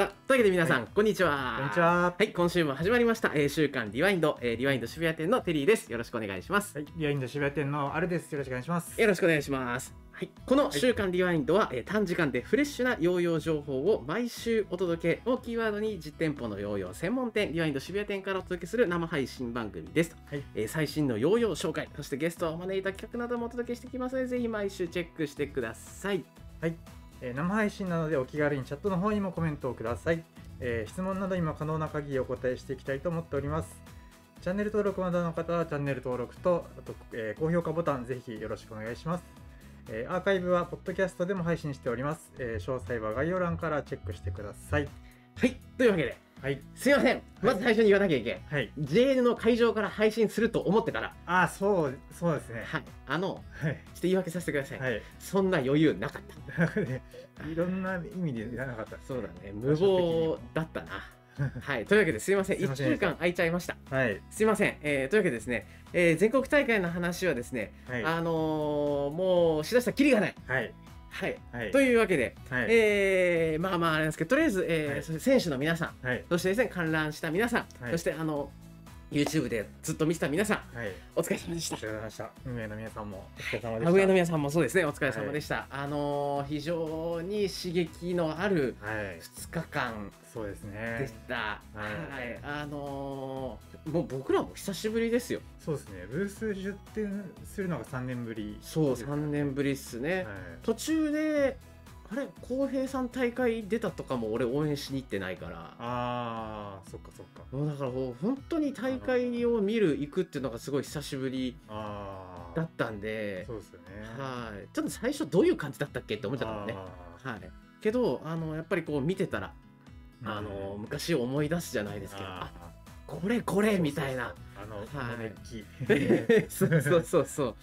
さあというわけで皆さん、こんにちは。こんにち。は。はい、今週も始まりました、えー週刊リワインド、えーリワインド渋谷店のテリーです。よろしくお願いします。はい、リアインド渋谷店のあれです。よろしくお願いします。よろしくお願いします。はい、この週刊リワインドは、えー短時間でフレッシュな療養情報を毎週お届けをキーワードに実店舗の療養専門店リワインド渋谷店からお届けする生配信番組です、はいえー最新の療養紹介そしてゲストをお招いた企画などもお届けしていきますのでぜひ毎週チェックしてくださいえー生配信なのでお気軽にチャットの方にもコメントをください。えー質問などにも可能な限りお答えしていきたいと思っております。チャンネル登録まだの方はチャンネル登録と、あと、えー高評価ボタンぜひよろしくお願いします。えーアーカイブはポッドキャストでも配信しております、えー詳細は概要欄からチェックしてください。はいというわけではい。すいませんまず最初に言わなきゃいけないはい。 JN の会場から配信すると思ってたら、あー、そう、そうですね。はい、あのちょはい。っと言い訳させてください、はい。 そんな余裕なかったなんかねいろんな意味でやらなかったですそうだね無謀だったなはい、というわけですいません、 すい1ませ週ん間空いちゃいました。はい。すいません、えーというわけでですね、えー全国大会の話はですね、はい。あのーもうしだしたらきりがない。はい。はい、はい。というわけで、はい。えーまあまああれなんですけど、とりあえず、えーはいそして選手の皆さん、はい。そしてですね、観覧した皆さん、はいそしてあの YouTube でずっと見てた皆さん、はい。お疲れ様でしたお疲。れ様でした。運営の皆さんもお疲れ様でアウェイのし皆さんもそうですね、お疲れ様でした。あのー非常に刺激のあるた。はい。 2日間そうですでねし。た。いはい、あのーもう僕らも久しぶりですよ。そうですね。ブース出店するのが3年ぶり。そう、三年ぶりっすね。はい。途中で、あれ、浩平さん大会出たとかも、俺応援しに行ってないから。あー、そっかそっか。もうだからもう本当に大会を見る行くっていうのがすごい久しぶりあだっー。たんで、そうですよね。はいちょっと最初どういう感じだったっけって思っちゃったもんね。あーはい、けどあのやっぱりこう見てたら、あのうん昔を思い出すじゃないですけどああこれこーれみたいな。そうそうそうあはいの、この熱気。 そうそうそうそううん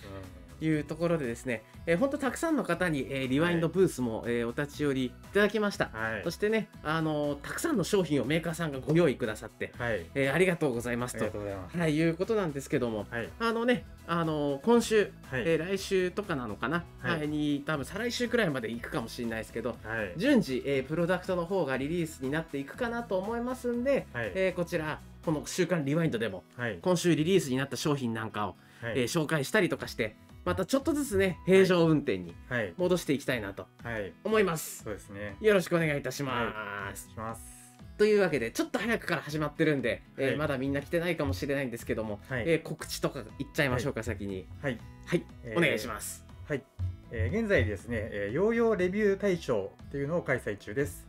いうところでですね、えー、本当たくさんの方に、えーリワインドブースも、えーお立ち寄りいただきました、はいそ。してね、あのーたくさんの商品をメーカーさんがご用意くださって、はい。えーありがとうございまあすりとがとうございます。はい、いうことなんですけどもはい。あのね、あのー今週、はい。えー来週とかなのかな、ははいいに多分再来週くらいまで行くかもしれないですけどはい。順次、えープロダクトの方がリリースになっていくかなと思いますんで、はい。えーこちらこの「週刊リワインド」でもはい。今週リリースになった商品なんかをはえーい。紹介したりとかしてまたちょっとずつね平常運転にはい。戻していきたいなとはい。思います、そうですね。よろしくお願いいたしはい。お願まいす、します。というわけでちょっと早くから始まってるんで、えーはいまだみんな来てないかもしれないんですけども、はいえー告知とかいっちゃいましょうか、先にはい。はい、えーお願いしますはい、えー現在ですね、えー、ヨーヨーレビュー大賞というのを開催中です。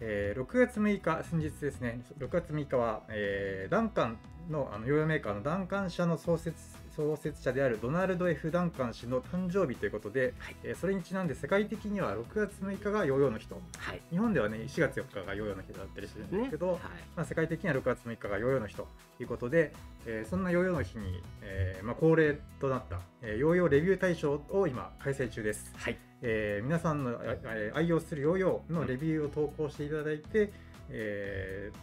えー6月6日、先日ですね、6月6日は、えーダンカンのあのヨーヨーメーカーのダンカン社の創設創設者であるドナルド・ F ・ダンカン氏の誕生日ということで、はいえーそれにちなんで世界的には6月6日がヨーヨーの日と、はい日本ではね、4月4日がヨーヨーの日だったりするんですけど、はいまあ、世界的には6月6日がヨーヨーの日ということで、えーそんなヨーヨーの日に、えーまあ、恒例となった、えーヨーヨーレビュー大賞を今開催中です、はいえー皆さんのあえー愛用するヨーヨーのレビューを投稿していただいて、えー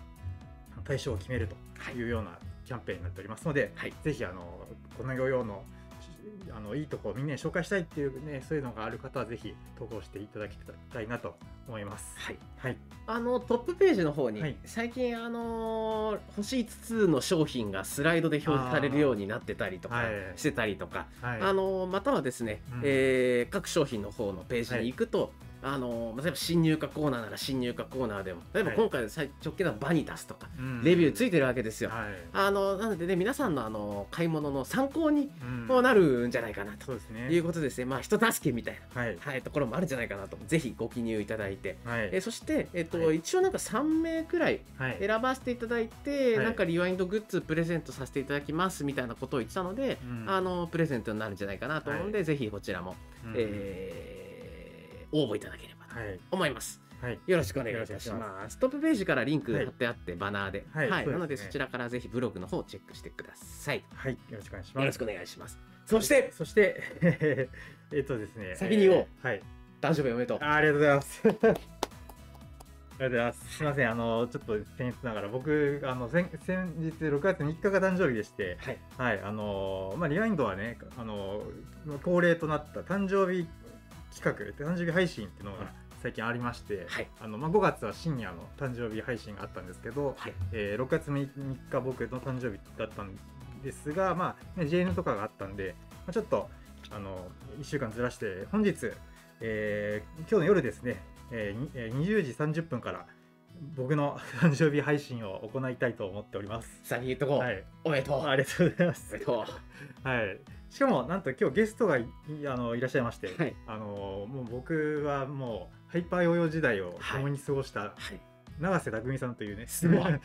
大賞を決めるはといいうようなキャンペーンになっておりますので、はいぜひあのこのヨーヨーのあのいいとこをみんなに紹介したいっていうねそういうのがある方はぜひ投稿していただきたいなと思います。はいはい、あのトップページの方に、はい最近あのー星5つの商品がスライドで表示されるようになってたりとかあーはいしてたりとか、はい、あのまたはですね、うんえー各商品の方のページに行くと、あの例えば新入荷コーナーなら新入荷コーナーでも例えばはい今回の最直近のバニタスとか、うんレビューついてるわけですよ。はいあのなのでね皆さんのあの買い物の参考にうんもなるんじゃないかなとそうですいうね。ことですね、まあ人助けみたいな、はい。はい、ところもあるんじゃないかなとぜひご記入いただいて、はえい。そして、えっとはい一応なんか3名くらいはい。選ばせていただいて、はいなんかリワインドグッズプレゼントさせていただきますみたいなことを言ってたので、うんあのプレゼントになるんじゃないかなと思うので、ぜひこちらも、うんえー応募いただければとはい。思います。はい。よろしくお願いいたしよろしくお願います。トップページからリンク貼ってあって、バナーで。は、はいいそうですねなのでそちらからぜひブログの方をチェックしてください。はい。よろしくお願いします。よろしくお願いします。そして、そして、 えっとですね。先に言おうえーはい。誕生日おめでとう。あありがとうございます。 ありがとうございます。すみません。あの、ちょっと僭越ながら、僕、あの、先、先日6月3日が誕生日でして、はい。はい。あの、まあ、リワインドはね、あの、恒例となった誕生日企画、誕生日配信っていうのが最近ありまして、はいあのまあ、5月は深夜の誕生日配信があったんですけど、はいえー6月3日僕の誕生日だったんですが、まあね、JN とかがあったんで、まあ、ちょっとあの1週間ずらして本日、えー今日の夜ですね、えーにえー20時30分から僕の 誕生日配信を行いたいと思っております。さあ言うとこ、はい、おめでとうありがとうござおいまめすで。とはい、しかもなんと今日ゲストがいいあのいらっしゃいまして、はいあのもう僕はもうハイパーヨーヨー時代をはい共に過ごしたうはい永瀬拓海さんというね、すごい あの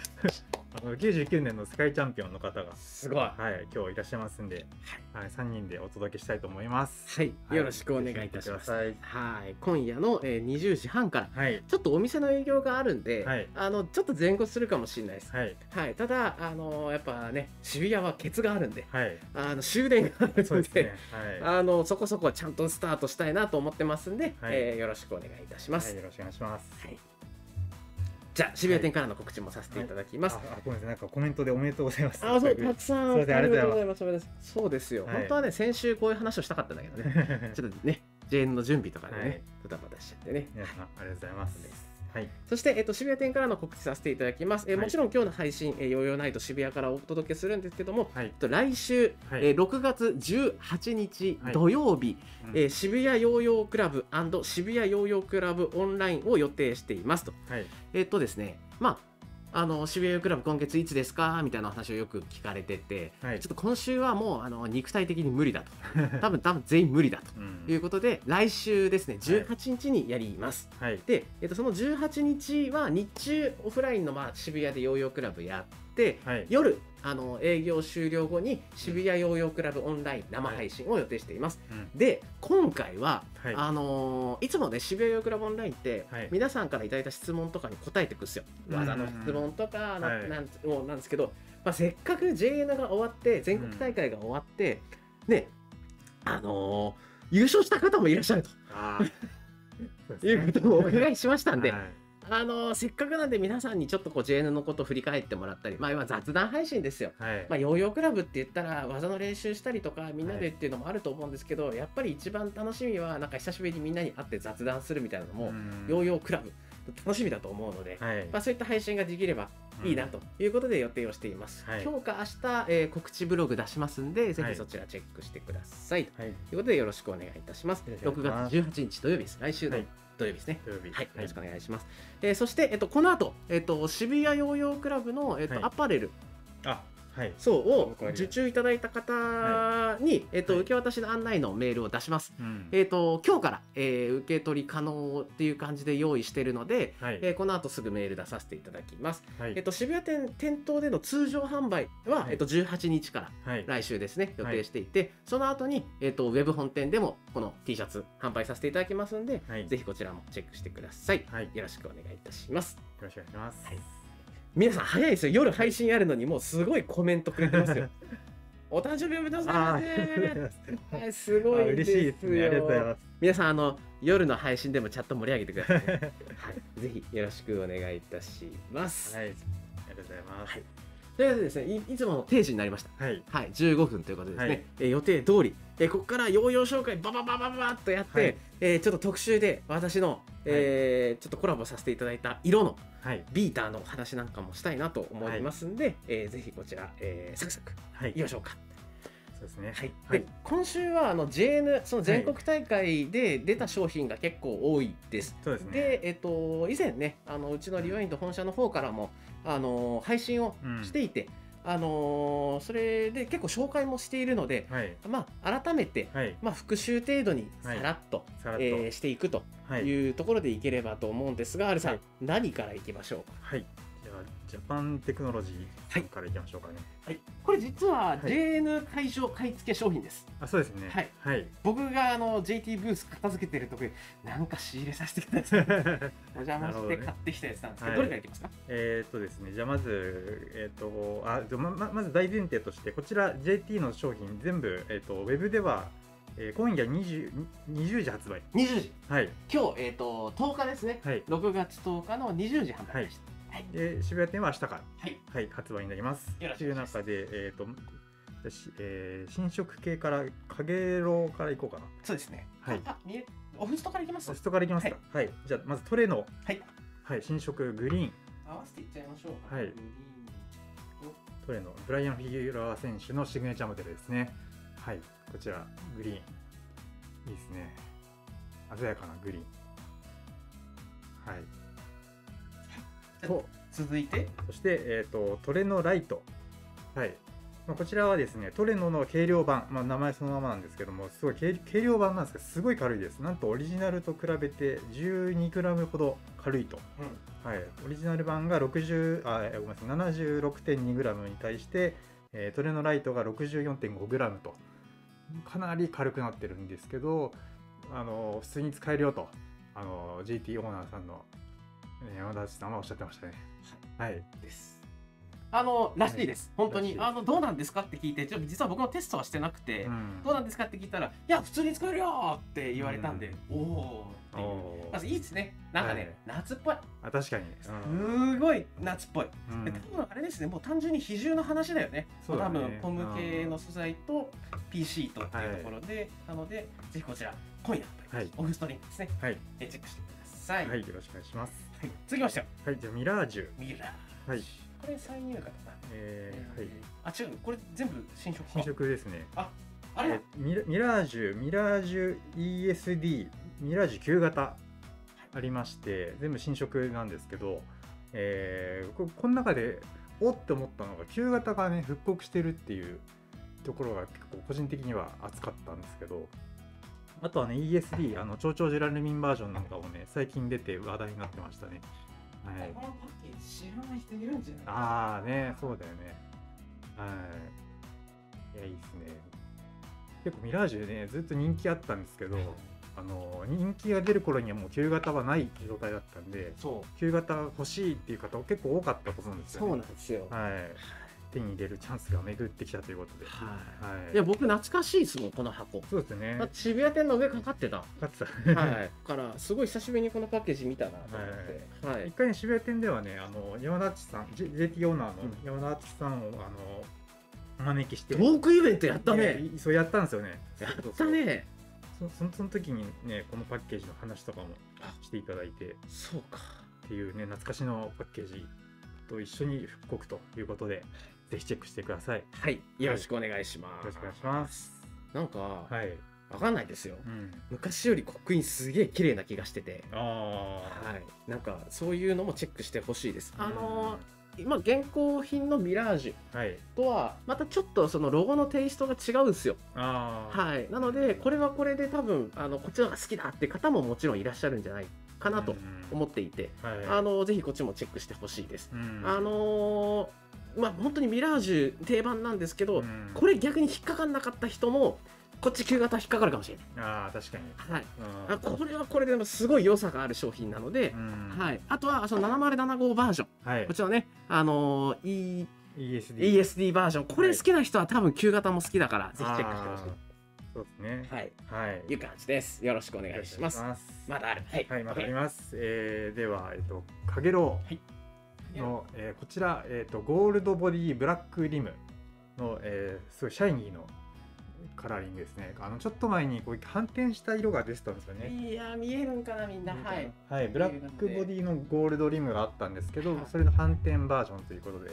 99年の世界チャンピオンの方が、すごいははい、今日いらっしゃいますんで、はい、3人でお届けしたいと思います。い、はいよろしくお願いいたしますぜひ見てくはい今夜の、えー、20時半からださい。はい、ちょっとお店の営業があるんで、はいあのちょっと前後するかもしれないです、はい、はい、ただあのやっぱね渋谷はケツがあるんで はい、あの終電があるそうのでですね。はい、あのそこそこちゃんとスタートしたいなと思ってますんで、はいえーよろしくお願いいたしまはす、い、よろしくお願いします。はいじゃあ渋谷店からの告知もさせていただきます、あ、あごめんなさい、なんかコメントでおめでとうございます。あそうはたいくさんすいませんありがとうございますそうですよ、はい本当はね先週こういう話をしたかったんだけどねちょっとね JN の準備とかでね、はいドタバタしちゃってね皆さん、ありがとうございます。はい、そして、えっと、渋谷店からの告知させていただきます、えーはいもちろん今日の配信「えーヨーヨーナイト渋谷」からお届けするんですけどもはいえっ、と来週、はいえー6月18日はい土曜日、うんえー渋谷ヨーヨークラブ渋谷ヨーヨークラブオンラインを予定していますと。はい、えっとですね、まあ、あの渋谷ヨーヨークラブ今月いつですかみたいな話をよく聞かれてて、はいちょっと今週はもうあの肉体的に無理だ と。多分多分全員無理だうといん、うことで、来週ですね、18日にやります。はい、で、えっと、その18日は日中オフラインの、まあ、渋谷でヨーヨークラブやって、はい、夜あの営業終了後に渋谷ヨーヨークラブオンライン生配信を予定しています、うんで今回は、はい、あのーいつもね渋谷ヨーヨークラブオンラインって、はい皆さんからいただいた質問とかに答えていくんですようん技の質問とか、なはいなんもうなんですけど、まあ、せっかく JN が終わって全国大会が終わって、ねあのー優勝した方もいらっしゃるとあーそうですねいうことをお伺いしましたんで、はいあのーせっかくなんで皆さんにちょっとこう JN のことを振り返ってもらったり、まあ、今雑談配信ですよはいまあ、ヨーヨークラブって言ったら技の練習したりとかみんなでっていうのもあると思うんですけど、やっぱり一番楽しみはなんか久しぶりにみんなに会って雑談するみたいなのも、うんヨーヨークラブ楽しみだと思うので、はいまあ、そういった配信ができればいいなということで予定をしています、はい今日か明日、えー告知ブログ出しますんでぜはいひそちらチェックしてください、はいということでよろしくお願いいたしますよろしくお6願いします月18日土曜日です来週はのい土曜日ですね土曜日はい、よろしくお願いします。えーそして、えっと、この後、えっと、渋谷ヨーヨークラブの、えっとはいアパレルあはいそうをわかりました受注いただいた方に、えっとはい受け渡しの案内のメールを出します。うんえっと今日から、えー受け取り可能っていう感じで用意してるので、はいえーこの後すぐメール出させていただきます。はいえっと渋谷店店頭での通常販売は、はいえっと18日からはい来週ですね予はい定していて、その後にえっとウェブ本店でもこの T シャツ販売させていただきますんで、はいぜひこちらもチェックしてください。はいよよろしくお願いいたします。ろしくお願いしますはい皆さん早いですよ夜配信やるのにもうすごいコメントくれて ますよお誕生日おめでとうございあま ーありがとうございますすはいすごあいで嬉すしよいですねありがとうございます 皆さんあの夜の配信でもチャット盛り上げてください、ねはい、ぜひよろしくお願いいたします、はいありがとうございますということでですねいいつもの定時になりましたはいはい15分ということでですね、はいえー予定通りえーここからヨーヨー紹介ババババババッとやって、はいえーちょっと特集で私の、えーちょっとコラボさせていただいた色のはいビーターのお話なんかもしたいなと思いますんで、えーぜひこちら、えーサクサクはいいきましょうか。そうですねはいはいで今週はあの JN その全国大会で出た商品が結構多いです。そうですねで、えっと、以前ねあのうちのリワインド本社の方からも、あの配信をしていて、あのそれで結構紹介もしているので、はいまあ、改めて、はいまあ、復習程度にさらっと,、さらっとえーしていくとはいいうところでいければと思うんですが、アルさん、はい何からいきましょうかはいじゃあジャパンテクノロジーさんからいきましょうかねはい、これ実ははい JN 会場買い付け商品です。あそうですねはいはい 僕があの JT ブース片付けてるとこになんか仕入れさせてきたやつお邪魔なるほしどねて買ってきたやつなんですけどはいどれからいきますかえーっとですね、じゃあまず、えーっとあじゃあまままず大前提として、こちら JT の商品全部、えーっとウェブでは、えー今夜 20, 20時発売。 20時はい。今日、えー、と10日ですねはい。 6月10日の20時販売でしたはい、で、渋谷店は明日から、はいはい、発売になります。よろしとくおい願ういします中で、えーっと、私えー、新色系から、かげろうからいこうかな。そうですねはいあ見えおフストからいきますソフトからいきますか。はい、じゃあまずトレの、はいはい新色グリーン合わせていっちゃいましょうはいグリーントレのブライアン・フィギュラー選手のシグネチャーモデルですね。はい、こちらグリーンいいですね。鮮やかなグリーン。はい。と続いてそして、えー、とトレノライト、はいまあ、こちらはですねトレノの軽量版、まあ、名前そのままなんですけどもすごい軽軽量版なんですけどすごい軽いですなんとオリジナルと比べて 12g ほど軽いと、はい、オリジナル版が60あえごめんなさい 76.2g に対して、えートレノライトが 64.5g とかなり軽くなってるんですけどあの普通に使えるよとあの GT オーナーさんのえー山田さんはおっしゃってましたね。はいですあのらしいです、本当にらしいですあのどうなんですかって聞いてちょっと実は僕もテストはしてなくて、うんどうなんですかって聞いたら「いや普通に使えるよ!」って言われたんで、おおーっていうおーまずいいですねなんかね、夏っぽいあ確かに、すごい夏っぽい、うんで多分あれですねもう単純に比重の話だよねそうだね多分ポム系の素材と PC とっていうところで、なのでぜひこちら今夜はいオフストリームですね、はいえチェックしてください、はいよろしくお願いしますはい続きましてははいじゃあミラージュミラーはいこれ再入荷だなえーはいあ違うこれ全部新色新色ですねああれ、えーミラミラージュミラージュ ESD ミラージュ旧型ありまして全部新色なんですけど、えーここの中でおって思ったのが旧型がね復刻してるっていうところが結構個人的には熱かったんですけどあとはね ESD あの超々ジェラルミンバージョンなんかもね最近出て話題になってましたねはいこのパッケージ知らない人いるんじゃないああね、そうだよね。はい。いや、いいっすね。結構ミラージュね、ずっと人気あったんですけど、あの、人気が出る頃にはもう旧型はない状態だったんで、そう旧型欲しいっていう方結構多かったと思うんですよ、ね。んですよはい。手に入れるチャンスが巡ってきたということで。ははいい。いや僕懐かしいですもんこの箱そうですね。だって渋谷店の上かかってたはかつさいん。だからすごい久しぶりにこのパッケージ見たなと思ってはい、 一回ね渋谷店ではねあの山田敦さん J- JT オーナーのうん山田敦さんを、あのお招きしてトークイベントやったいねやそうやったんですよねやそうっそたうねそそのその時にねこのパッケージの話とかもあしていただいてそうかっていうね懐かしのパッケージと一緒に復刻ということでぜひチェックしてくださいよはいよろしくお願いします、ろしくお願いしますなんか、はい、わかんないですようん、昔より刻印すげえ綺麗な気がしててああはい、なんかそういうのもチェックしてほしいです。あのーー今現行品のミラージュうんはいとはまたちょっとそのロゴのテイストが違うんですよ。ああはい、なのでこれはこれで多分あのこっちの方が好きだって方ももちろんいらっしゃるんじゃないかなと思っていて、うんはいあのーぜひこっちもチェックしてほしいです。うんあのーまあ本当にミラージュ定番なんですけど、うんこれ逆に引っかかんなかった人もこっち旧型引っかかるかもしれない。ああ確かにはい、うんあこれはこれでもすごい良さがある商品なので、うんはい、あとはその7075バージョン、はいこちらね、あのー E- ESD ESD バージョン、これ好きな人は多分旧型も好きだから、ぜひチェックしてほしあーそうですねい。はい、はい、い、う感じです。よろしくお願いします。おま願いしますだある。はい、はい、またあり OK ます。えーでは、えっと、かげろはいうの、えーこちら、えっと、ゴールドボディブラックリムの、えーすごいシャイニーのカラーリングですね。あの、ちょっと前にこう反転した色が出てたんですよね。いやー、見えるんかな、みんな。はい。はい、ブラックボディのゴールドリムがあったんですけどはい、それの反転バージョンということで、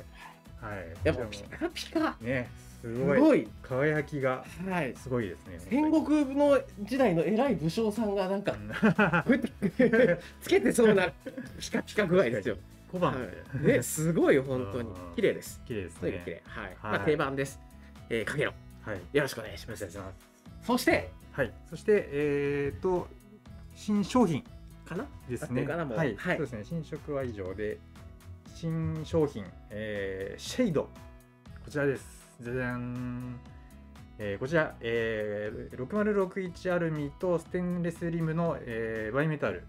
はい。やっぱでもピカピカ。ね、すすごいごい。輝きがはい。すごいですね。戦国の時代の偉い武将さんがなんかう、んふ ってつけてそうなピカピカ具合ですよ。小は判で、い、ね、すごい、本当にうんうん。綺麗です。 綺麗ですとにかく綺ね。麗。はい。はいまあ定番です。えー、かけろ。はい、よよろしくお願いしろましくすお願い。します。そして、はい、そして、えー、と新商品かなです合ってね。るかなもうはい、はいそうですね。新色は以上で新商品、えーシェイドこちらです。じゃじゃん。えーこちら、えー、6061アルミとステンレスリムの、えーバイメタル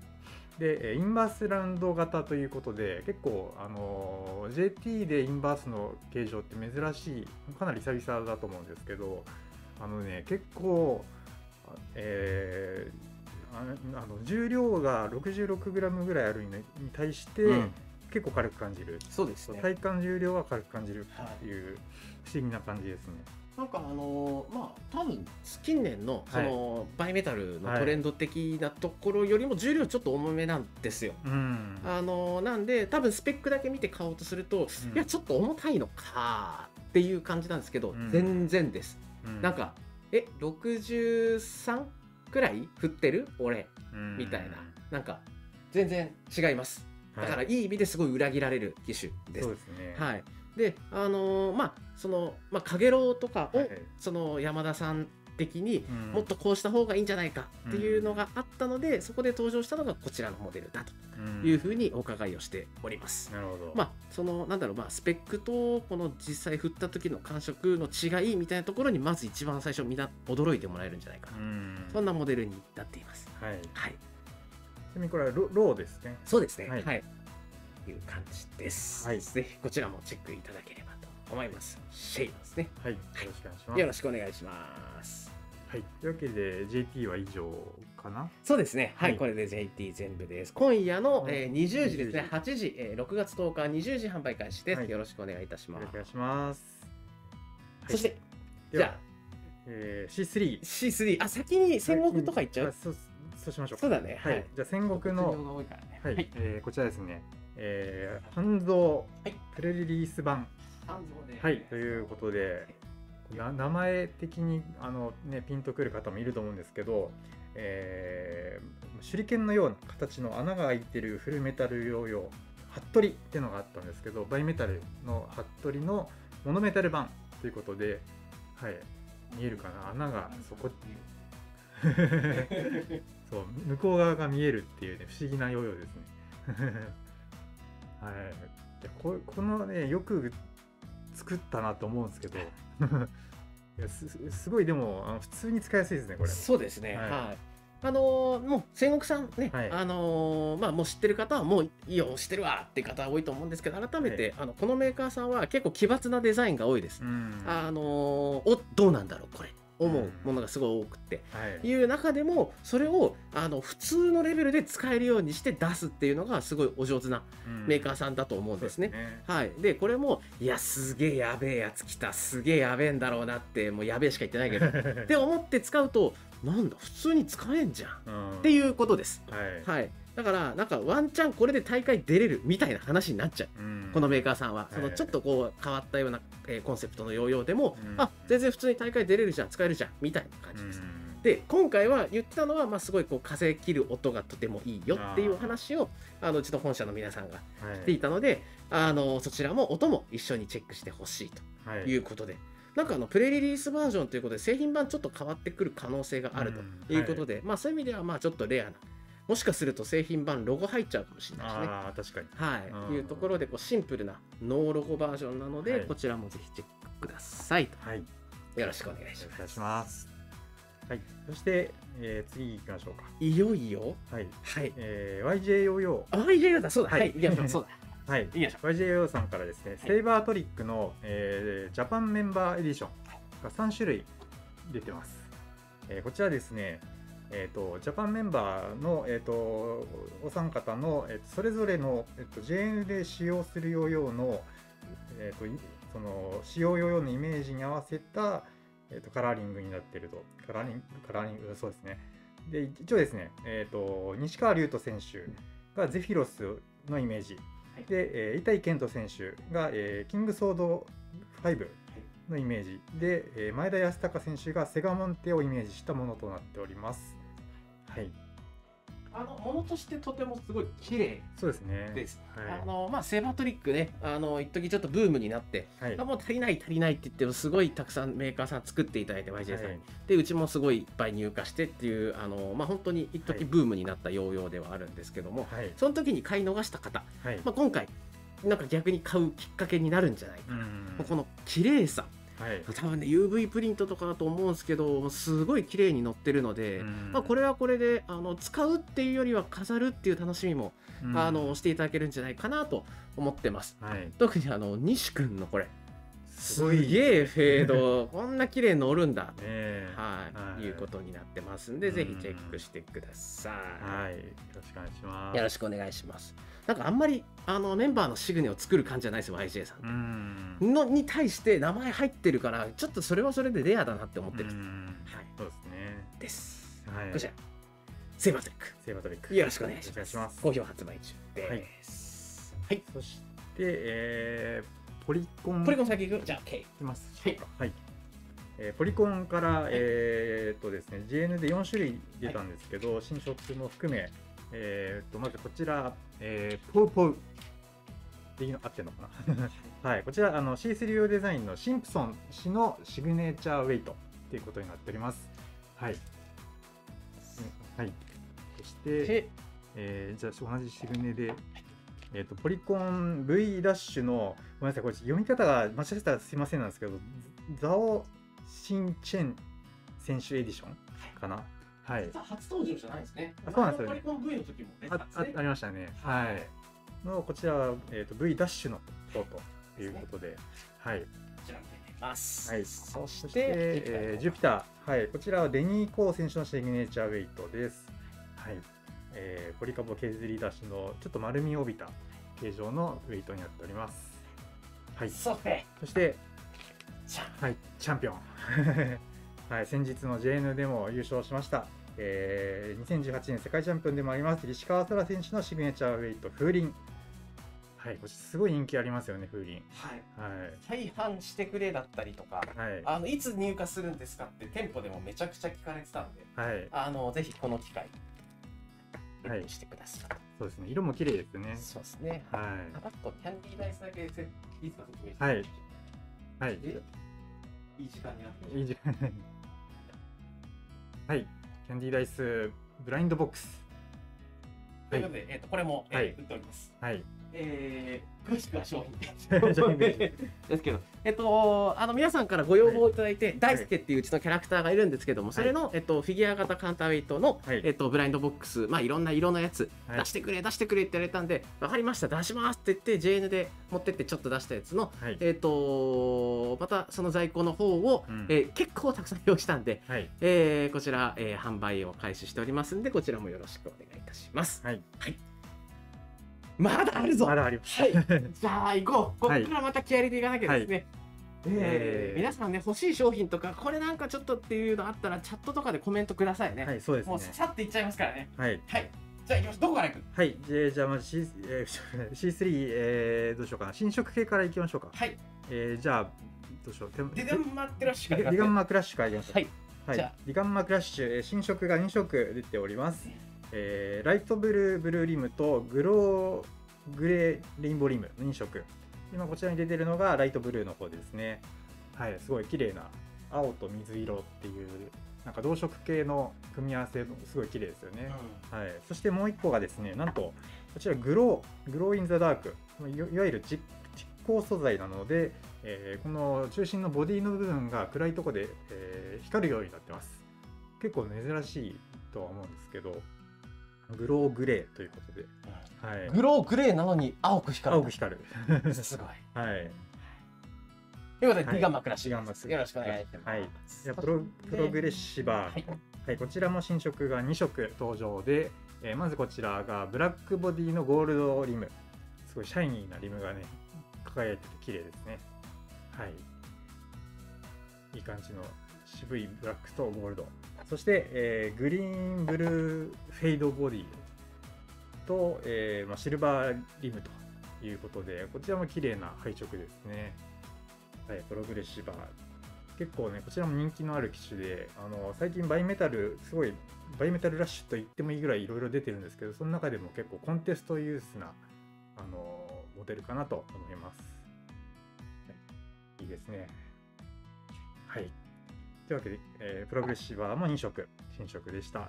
でえーインバースラウンド型ということで結構、あのー JT でインバースの形状って珍しいかなり久々だと思うんですけどあのね結構、あえーああの重量が 66g ぐらいあるのに対して、うん結構軽く感じる、そうですね体感重量は軽く感じるはいっていう不思議な感じですね、なんかあのーまあ多分近年のその、バイメタルのトレンド的なところよりも重量ちょっと重めなんですよ。うんあのーなんで多分スペックだけ見て買おうとすると、うんいやちょっと重たいのかっていう感じなんですけど、うん全然です。うなんかえ63くらい振ってる俺うんみたいな、なんか全然違います。だからはいい意味ですごい裏切られる機種いですそう。ですねはい、であのーまあその、まあ、かげろうとかを、はいその山田さん的にうんもっとこうした方がいいんじゃないかっていうのがあったので、そこで登場したのがこちらのモデルだというふうにお伺いをしておりますうん。なるほどまあ、そのなんだろう、まあ、スペックとこの実際振った時の感触の違いみたいなところにまず一番最初みんな驚いてもらえるんじゃないかな、うんそんなモデルになっていますはいちはいなみにこれはロローですねそうですねは、はいいいう感じです、はいぜひこちらもチェックいただければと思いますシェイマンですねはいよろしくお願いしますよろしくお願いしますはい、というわけで JT は以上かなそうですね。はい、はいこれで JT 全部です。今夜の、はいえー、20時ですね20。時8時、えー、6月10日20時販売開始です。はいよろしくお願いいたしおます。願いしますそして、でじはゃあえー C3 C3 あ先に戦国とか行っちゃあう。そうそうしましょうそうだね。は、はいい。じゃあ戦国のが多いからね。はい、はい。えーこちらですね、えー、半蔵はいプレリリース版、はい、ということで、な名前的にあの、ね、ピンとくる方もいると思うんですけど、えー手裏剣のような形の穴が開いてるフルメタル療養服部っていうのがあったんですけどバイメタルの服部のモノメタル版ということで、はい、見えるかな穴がそこ そう向こう側が見えるっていうね不 思議なヨーヨーですね。はい、いやここのねよく作ったなと思うんですけど いやすすごいでもあの普通に使いやすいですねこれ。そうですね。は。はいいあのーもう戦国さんね、はいあのーまあもう知ってる方はもういいよ知ってるわっていう方多いと思うんですけど改めて、あのこのメーカーさんは結構奇抜なデザインが多いですう。んはあのーおどうなんだろうこれ思うものがすごい多くて、い、いう中でもそれをあの普通のレベルで使えるようにして出すっていうのがすごいお上手なメーカーささんだと思うんですね。はい、でこれもいやすげえやべえやつ来たすげえやべえんだろうなってもうやべえしか言ってない けどって思って使うとなんだ普通に使えんじゃんっってういうことです。ん、はいはい、だからなんかワンチャンこれで大会出れるみたいな話になっちゃう。うんこのメーカーさんは、いそのちょっとこう変わったような、えーコンセプトのヨーヨーでも、うんあ全然普通に大会出れるじゃん使えるじゃんみたいな感じです。うんで今回は言ったのは、まあ、すごいこう風切る音がとてもいいよっていうお話をあのうちの本社の皆さんがはいしていたので、あのそちらも音も一緒にチェックしてほしいはということで、なんかあのプレリリースバージョンということで製品版ちょっと変わってくる可能性があるということで、まあ、そういう意味ではまあちょっとレアなもしかすると製品版ロゴ入っちゃうかもしれないですね。ああ確かにはい、うんいうところでこうシンプルなノーロゴバージョンなので、はいこちらもぜひチェックくださいとはいよろしくお願いしおます願いしますはいそして、えー、次行きましょうかいよいよはい、はいえー、YJ ヨーヨーあいやいやだそうだは、はいいい、やそうだはい、 いいでしょ YJO さんからですね、セイバートリックの、えージャパンメンバーエディションが3種類出てます。えーこちらですね、えーと、ジャパンメンバーの、えー、とお三方の、えーとそれぞれの、えー、と JN で使用するヨーヨーの、えー、といその使用ヨーヨーのイメージに合わせた、えー、とカラーリングになっていると。カラーリング、カラーリング、そうですね。で一応ですね、えー、と西川龍斗選手がゼフィロスのイメージで、えー、板井健人選手が、えーキングソード5のイメージで、えー前田康隆選手がセガモンテをイメージしたものとなっております。はい、あのものとしてとてもすごい綺麗そうですね。ですはいあ、のまあセーバートリックねあの一時ちょっとブームになって、はい、あもう足りない足りないって言ってもすごいたくさんメーカーさん作っていただいて YJ さんに、はいでうちもすごいいっぱい入荷してっていうあのまあ本当に一時はいブームになったヨーヨーではあるんですけども、はい、その時に買い逃した方はい、まあ、今回なんか逆に買うきっかけになるんじゃないか、うんこの綺麗さはい、多分ね UV プリントとかだと思うんですけどすごい綺麗に載ってるので、うんまあ、これはこれであの使うっていうよりは飾るっていう楽しみも、うんあのしていただけるんじゃないかなと思ってますはい、特にあの西君のこれすげえフェー ドこんな綺麗に乗るんだねえはい、はいい、うことになってますんで、うんぜひチェックしてください。はい、よろしくお願いします。よろしくお願いします。なんかあんまりあのメンバーのシグネを作る感じじゃないですよ、YJ さ。うんん。のに対して名前入ってるから、ちょっとそれはそれでレアだなって思ってるう。んはいそうですね。です。はい。こちら、セイバートリック。セイバートリック。よろしくお願いします。よろくお願好評発売中です。はい。いしますそして、えー、ポリコン。ポリコン先行くじゃあ、OK。いきますでしょうか。はい。えーポリコンから、えーっとですね、GN で4種類出たんですけど、新ショップも含め、えーっと、まずこちら、えー、ポウポウ。でいいの合ってんのかな はい、こちら、あの、C3 用デザインのシンプソン氏のシグネチャーウェイトっていうことになっております。はい。うんはい。そして、で、えーじゃあ同じシグネで、えー、とポリコン V ダッシュのごめんなさいこれ読み方が間違ってたらすいませんなんですけどザオ・シンチェン選手エディションかなはい実は初登場じゃないですねあそうなんですよね前のポリコン V の時も出てあたんですあねありましたねはいのこちらは、えー、と V ダッシュの方ということではいこちらも出てます。はい、そして、えージュピター、はい、こちらはデニー・コー選手のシグネチャーウェイトです。はい、えー、ポリカボ削り出しのちょっと丸みを帯びた形状のウェイトになっております。はい、そソフェして、ちゃん。はい、チャンピ オン。はい、先日の JN でも優勝しました。えー、2018年世界チャンピオンでもあります石川空選手のシグネチャーウェイト風鈴。はい、これすごい人気ありますよね風鈴。はい。はい。大半してくれだったりとか、はい。あのいつ入荷するんですかって店舗でもめちゃくちゃ聞かれてたんで、はい。あのぜひこの機会はゲいットしてください。そうですね。色も綺麗ですね。そうですね。はいタ。バコキャンディーライスだけせいいですか説明してはいはい。えいい時間になっていいじゃん。はい。キャンディーダイスブラインドボックス。ということで、えっ、とこれも、えーはい売っております。はい。えー、詳しくは商品ペ商品ペーージジ ですけど、えっと、あの皆さんからご要望をいただいて、大輔っていううちのキャラクターがいるんですけども、それの、えっと、フィギュア型カウンターウェイトの、はいえっと、ブラインドボックス、まあ、いろんな色のやつ、はい出してくれ、出してくれって言われたんで、わかりました、出しますって言って、JN で持ってってちょっと出したやつの、はい。えっと、またその在庫の方を、うんえー結構たくさん用意したんで、はい。えーこちら、えー販売を開始しておりますんで、こちらもよろしくお願いいたします。はい。まだあるぞまだあります。はいじゃあ行こうここはいからまた気合い入れていかなきゃですね、ええーー皆さんね欲しい商品とかこれなんかちょっとっていうのあったらチャットとかでコメントくださいね、 はい。そうですもう。ねささっていっちゃいますからねはい。はいじゃあ行きますどこから行くはい。じゃあじゃあまず C、えー C3、えー、どうしようかな。新色系からいきましょうか。はいえー、じゃあ、どうしよう。手もででんまってらっしゃリるガリガンマクラッシュからいきましょう。はいはじゃあい、リガンマクラッシュ、えー新色が2色出ております。えーライトブルーブルーリムとグローグレーレインボーリムの2色。今こちらに出てるのがライトブルーの方ですね。はい、すごい綺麗な青と水色っていうなんか同色系の組み合わせもすごい綺麗ですよね。はい、そしてもう一個がですね、なんとこちらグロー、グローインザダーク、いわいわゆる実実光素材なので、えーこの中心のボディの部分が暗いとこで、えー光るようになってます。結構珍しいとは思うんですけど、グローグレーということで、はい、グローグレーなのに青く光青るく光る。すごいはい。ということで、はデいィガンマクラッシュディガンマクラッシュよろしくお願いします、はいじゃあプロプログレッシバー、はいはい、こちらも新色が2色登場で、えーまずこちらがブラックボディのゴールドリムすごいシャイニーなリムがね輝いてて綺麗ですねはいいい感じの渋いブラックとゴールドそして、えーグリーンブルーフェードボディと、えーまあ、シルバーリムということでこちらも綺麗な配色ですねはいプログレッシバー結構ねこちらも人気のある機種であの最近バイメタルすごいバイメタルラッシュと言ってもいいぐらいいろいろ出てるんですけどその中でも結構コンテストユースなあのモデルかなと思いますはいいいですねはいというわけで、えープログレッシバーも2色新色でした、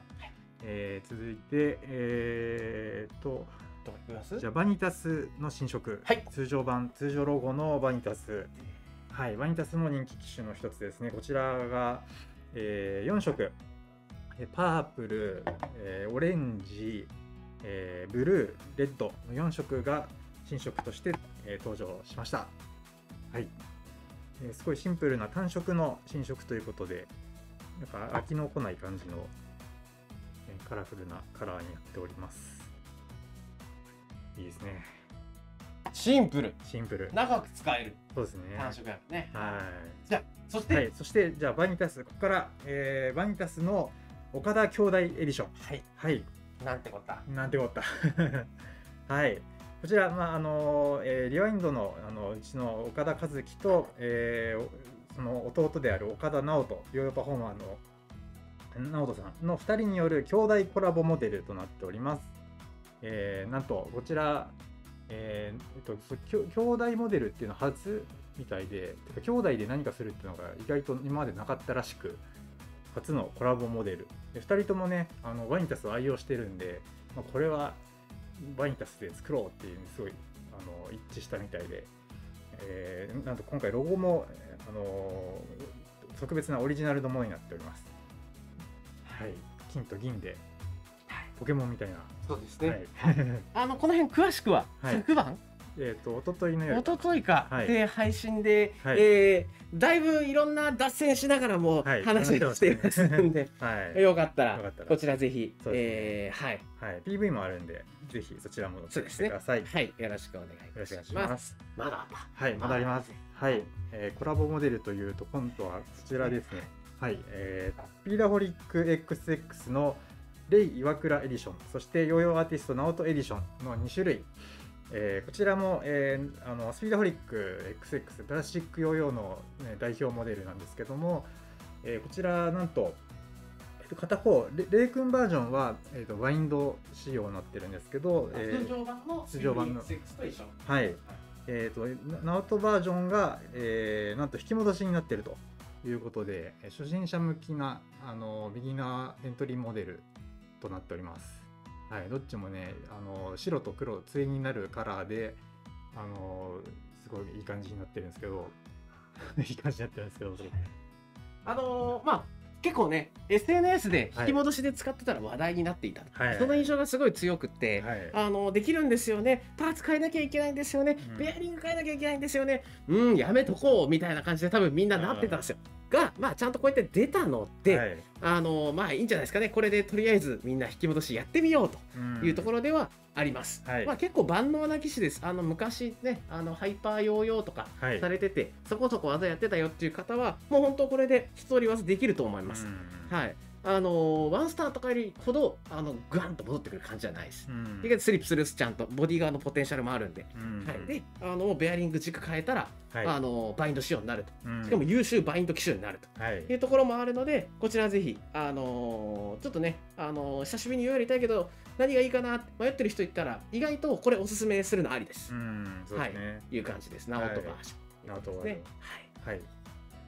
えー続いてえー、っとどこ行きますじゃあバニタスの新色、はい通常版通常ロゴのバニタスはいバニタスも人気機種の一つですねこちらが、え4色えパープル、えーオレンジ、えーブルーレッドの4色が新色として、えー登場しましたはいえーすごいシンプルな単色の新色ということでなんか飽きのこない感じの、えーカラフルなカラーになっておりますいいですねシンプルシンプル長く使えるそうですね単色やもんねはじゃあそしい、てははい、い、そしてじゃあバニタスここから、えーバニタスの岡田兄弟エディションはいなんてこったなんてこった はいこちら、まああのえーリワインドのあのうちの岡田和樹と、えーおその弟である岡田直人ヨーロッパホーマーの直人さんの2人による兄弟コラボモデルとなっております、えーなんとこちら、えーえっとそきょ兄弟モデルっていうのは初みたいでてか兄弟で何かするっていうのが意外と今までなかったらしく初のコラボモデルで2人ともねあのワニタスを愛用してるんでまあ、これはバニタスで作ろうっていうのにすごいあの一致したみたいで、えーなんと今回ロゴも、えーあのー特別なオリジナルのものになっておりますはい金と銀でポケモンみたいな、そうですはね、いあのこの辺詳しくは、はい昨晩 えっと一昨日の夜一昨日か、はいで配信で、はいえーだいぶいろんな脱線しながらもはい話をしていますんで、は い、よかったらよかったらこちらぜひ、そうえですねーはいはい、PV もあるんでぜひそちらもチそェうでックしすてねください、はいよろしくお願いいよろしくお願たいししまますすまだあったはい、まだあります。はい、えーコラボモデルというと、今度はこちらですね。はい、えー、ピーダホリック XX のレイ・岩倉エディション、そしてヨーヨーアーティストナオトエディションの2種類。えーこちらも、えーあのスピードホリック XX プラスチックヨーヨーの、ね、代表モデルなんですけども、えーこちらなんと、えっと片方レレイ君バージョンは、えっとワインド仕様になってるんですけど、えー通常版の通常版のセックスと一緒はい、えー、とナナオトバージョンが、えーなんと引き戻しになっているということでえー初心者向きなあのビギナーエントリーモデルとなっております、はい、どっちもねあの白と黒対になるカラーであのすごいいい感じになってるんですけど いい感じになってるんですけどあのーまあ結構ね SNS ではい引き戻しで使ってたら話題になっていた、はいその印象がすごい強くって、はいあのできるんですよねパーツ変えなきゃいけないんですよね、うんベアリング変えなきゃいけないんですよねうんやめとこうみたいな感じで多分みんななってたんですよがまあちゃんとこうやって出たので、はいあのまあいいんじゃないですかねこれでとりあえずみんな引き戻しやってみようとうんいうところではあります、はいまあ、結構万能な機種ですあの昔ねあのハイパーヨーヨーとかはいされてて、そこそこ技やってたよっていう方はもう本当これで一通り技できると思います、うんはいあのワンスターとかよりほどあのグワンと戻ってくる感じじゃないです、うんだけどスリップするしちゃんとボディ側のポテンシャルもあるんで、うんはい、であのベアリング軸変えたら、はいあのバインド仕様になるとうんしかも優秀バインド機種になるとはいいうところもあるのでこちらぜひ、あのーちょっとね、あのー久しぶりに言うよりたいけど何がいいかなって迷ってる人いったら意外とこれおすすめするのありです、うんそうですねいう感じですナオトバージョン、はいナオトバージョンね、はいは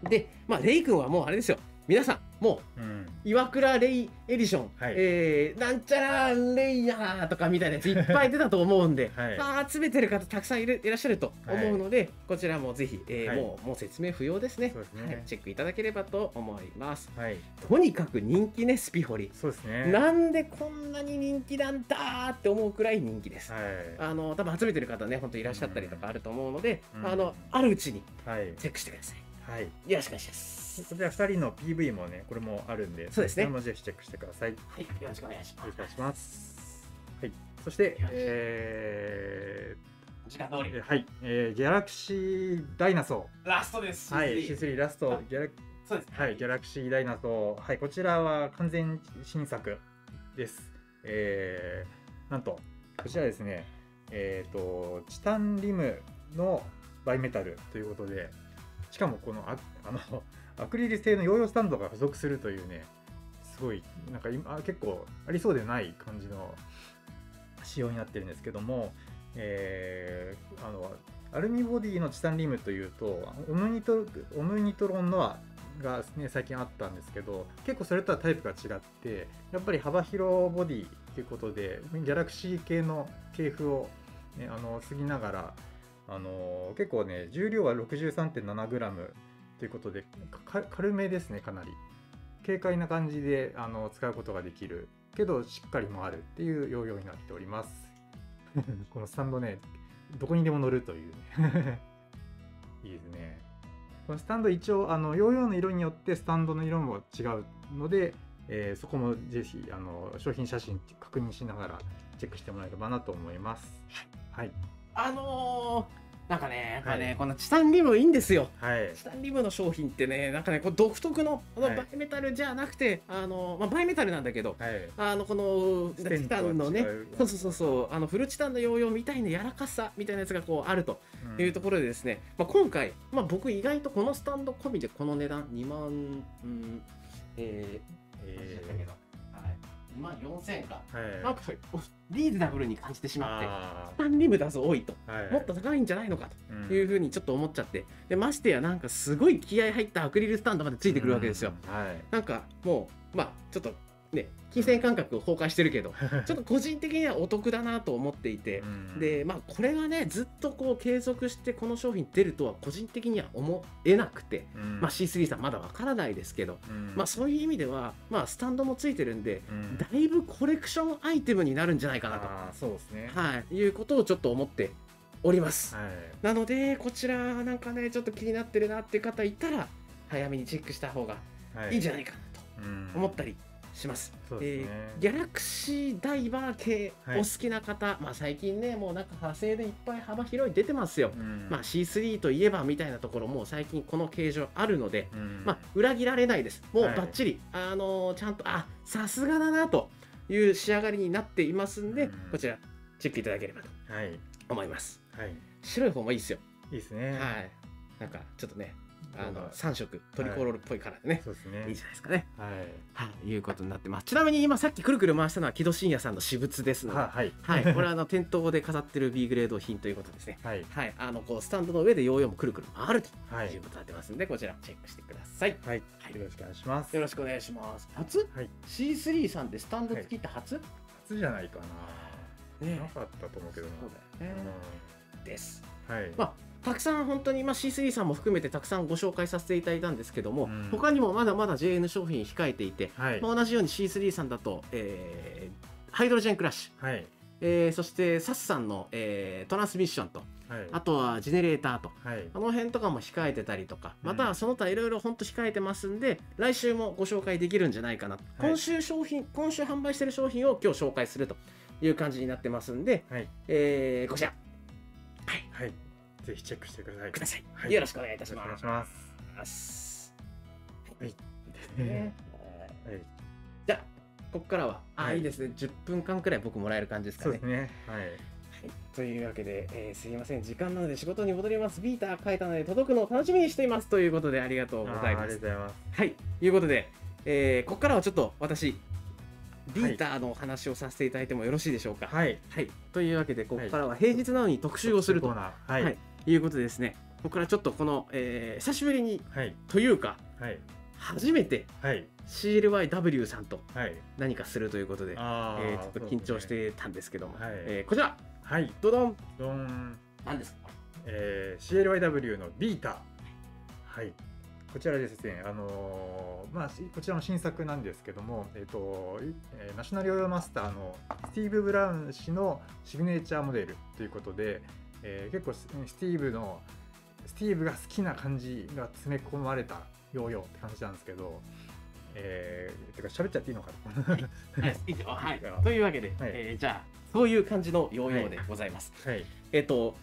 い、で、まあ、レイ君はもうあれですよ皆さんもううん岩倉レイエディション、はい、えーなんちゃらレイヤーとかみたいなやついっぱい出たと思うんではいまあ集めてる方たくさんいるいらっしゃると思うので、こちらもぜひ、えーはいもうもう説明不要ですね そうですねはい、チェックいただければと思いますはいとにかく人気ねスピホリ、そうですねなんでこんなに人気なんだって思うくらい人気です、はあの多分集めてる方ね本当いらっしゃったりとかあると思うので、うんあのあるうちにい。はい。チェックしてくださはい。いよろしくお願いしますそれでは2人の PV もね、これもあるんで、そうですねこちらもぜひチェックしてください。よはいよろしくお願いしまろすしくお願いします。はい。そして、え時間通りー、はい、えー、ギャラクシーダイナソラストですー。はいい、い C3 ラストあ、ギャラそうですはい、ギャラクシーダイナソー、はい、こちらは完全新作です。えー、なんと、こちらですね、えっ、と、チタンリムのバイメタルということで、しかもこのアあ のアクリル製のヨーヨースタンドが付属するというね、すごい、なんか今、結構ありそうでない感じの仕様になってるんですけども、えーあのアルミボディのチタンリムというとオムニトオムニトロンのはが、ね、最近あったんですけど結構それとはタイプが違ってやっぱり幅広ボディということでギャラクシー系の系譜を、ね、あの継ぎながらあの結構ね重量は 63.7g ということでか軽めですねかなり軽快な感じであの使うことができるけどしっかり回るっていう要領になっております このスタンドねどこにでも乗るというねいいですねこのスタンド一応あのヨーヨーの色によってスタンドの色も違うので、えーそこもぜひあの商品写真確認しながらチェックしてもらえればなと思います。はい、あのーなんかね、やっぱね、はいこのチタンリムいいんですよ。はい、チタンリムの商品ってね、なんかね、こう独特の、このはいバイメタルじゃなくて、あの、まあ、バイメタルなんだけど、はい、あの、この、テチンとタはンのね違う、そうそうそうそう、あの、フルチタンのヨーヨーみたいな柔らかさみたいなやつがこうあるとうんいうところでですね、まあ、今回、まあ、僕意外とこのスタンド込みでこの値段、2万、うん、えー、えだけど、はい、2万4000か。ーはい、なんか、おリーズナブルに感じてしまって、あスタンリムだぞ、多いと。ーはい、もっと高いんじゃないのかとうんいうふうにちょっと思っちゃってでましてやなんかすごい気合入ったアクリルスタンドまでついてくるわけですよ、。うんはい、なんかもうまあちょっとね金銭感覚崩壊してるけどちょっと個人的にはお得だなと思っていてう、んでまあこれがねずっとこう継続してこの商品出るとは個人的には思えなくて、うんまあ、C3 さんまだわからないですけど、うんまあそういう意味ではまあスタンドもついてるんでうんだいぶコレクションアイテムになるんじゃないかなと、あーそうですね。はい、いうことをちょっと思っております。はいなのでこちらなんかねちょっと気になってるなっていう方いたら早めにチェックした方がはいいんじゃないかなうんと思ったりします。そうですねえーギャラクシーダイバー系おはい好きな方、まあ最近ねもうなんか派生でいっぱい幅広い出てますよ。うんまあ C3 といえばみたいなところもう最近この形状あるので、うんまあ裏切られないです。もうはいバッチリ、あのーちゃんとあさすがだなという仕上がりになっていますんで、うんこちらチェックいただければとはい、思います。はい、い白い方もいいですよ。いですね。はい。なんかちょっとね、あどうのだ3色トリコロールっぽいからね、そうですい、いねじ。ゃないですかね。はい、はい、いうことになってます。ちなみに今さっきくるくる回したのは木戸真也さんの私物ですので、はははい、い、これはあの店頭で飾ってる B グレード品ということですね。はい、はい、あのこうスタンドの上でヨーヨーもくるくる回るとはいいうことになってますんで、こちらチェックしてください。はい、よはいろしくお願いします。よろしくお願いします。初はい、 C3 さんでスタンド付きって初、初じゃないかな。ねなかったと思うけそうどな。だよね、うです。んはい、まあたくさん本当に、まあ、C3 さんも含めてたくさんご紹介させていただいたんですけども、うん他にもまだまだ JN 商品控えていて、はい、まあ、同じように C3 さんだと、えーハイドロジェンクラッシュ、はい、えーそしてサスさんの、えートランスミッションとはい、あとはジェネレーターとはい、あの辺とかも控えてたりとかうんまたはその他いろいろ本当控えてますんで来週もご紹介できるんじゃないかな、今週商品今週販売してる商品を今日紹介するという感じになってますんで、はい、えーこちらはい、ぜひチェックしてください。ください、はいよろしくお願いいたしよろくおま願いすし。ます。ます。はいね はい、じゃあ、ここからは、あ、、はいいいですね、10分間くらい僕もらえる感じですかそうね。ですね。はい、はいというわけで、えーすいません、時間なので仕事に戻ります。ビーター書いたので届くのを楽しみにしています。ということで、ありがとうごあーざいあまりがとうす。ございます。はい、いうことで、えーここからはちょっと私、ビーターのお話をさせていただいてもよろしいでしょうか。はい、はい、というわけで、ここからは平日なのに特集をするコーとナー。ははいい、いうことでですね、ここからちょっとこの、えー久しぶりにはい、というか、はい、初めてはい、 CLYW さんとはい。何かするということで、あーえーちょっと緊張し。てたんですけども、はいえーこちら、そうですねはい、ドドン、どん。何ですか、えー CLYW のビータはいこちらですね、あのーまあ、しこちらの新作なんですけども、えっといえーナショナルヨーヨーマスターのスティーブ・ブラウン氏のシグネチャーモデルということで、えー結構ススティーブのスティーブが好きな感じが詰め込まれたヨーヨーって感じなんですけど、えー、てか喋っちゃっていいのかなははい、 以上はい、というわけで、はいえーじゃあ、そういう感じのヨーヨーでございます。いえっ、と、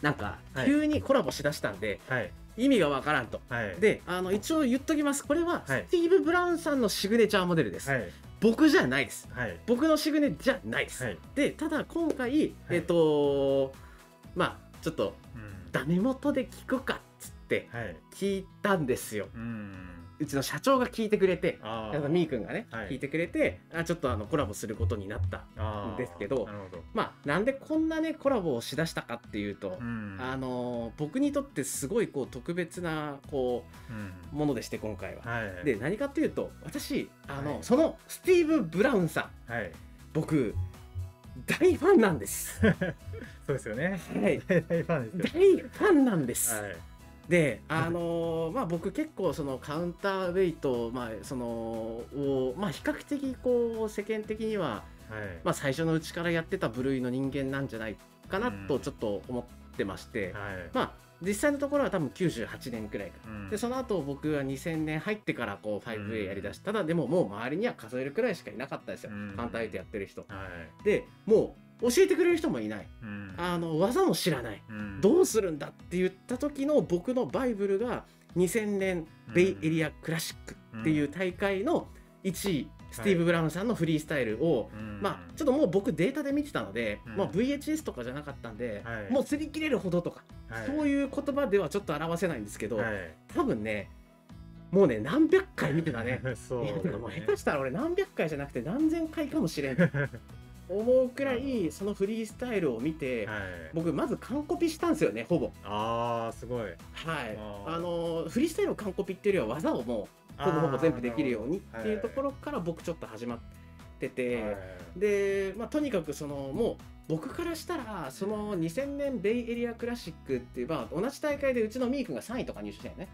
なんか、はい急にコラボしだしたんで、はい意味がわからんと。はいであの一応言っときます、これははいスティーブ・ブラウンさんのシグネチャーモデルです。はい僕じゃないです。はい僕のシグネじゃないです。はい、で、ただ今回、えっ、とまあ、ちょっとうんダメ元で聞くかっつってはい聞いたんですようんうちの社長が聞いてくれてああのみーくんがね、はい聞いてくれてあちょっとあのコラボすることになったあーですけどなるほど、まあなんでこんなねコラボをしだしたかっていうと、うんあのー僕にとってすごいこう特別なこううんものでして今回は。はい、で何かっていうと私あの、はいそのスティーブ・ブラウンさんはい、僕大ファンなん です。そうですよね。 はい、大ファンで大ファンなんですす。よ。はい、であのーまあ僕結構そのカウンターウェイト、まあ、そのを、まあ、比較的こう世間的には、はい、まあ、最初のうちからやってた部類の人間なんじゃないかなうんとちょっと思っってまして、はいまあ実際のところは多分98年くらいから、うんでその後僕は2000年入ってからこう 5A やりだしたら、でももう周りには数えるくらいしかいなかったですよ、うんファンタイトやってる人はいでもう教えてくれる人もいないうんあの技も知らないうんどうするんだって言った時の僕のバイブルが2000年ベイエリアクラシックっていう大会の1位、スティーブ・ブラウンさんのフリースタイルを、うんまあ、ちょっともう僕データで見てたので、うんまあ、VHS とかじゃなかったんで、はいもう釣り切れるほどとか、はいそういう言葉ではちょっと表せないんですけど、はい多分ねもうね何百回見てたね そういだやねもう下手したら俺何百回じゃなくて何千回かもしれん と思うくらいそのフリースタイルを見て、はい僕まず完コピしたんですよねほぼあーすごいはいあーあのフリースタイルを完コピっていうよりは技をもうほぼほぼ全部できるようにっていうところから僕ちょっと始まってでて、で、まあ、とにかくそのもう僕からしたらその2000年ベイエリアクラシックっていうまあ同じ大会でうちのミー君が3位とか入賞したよね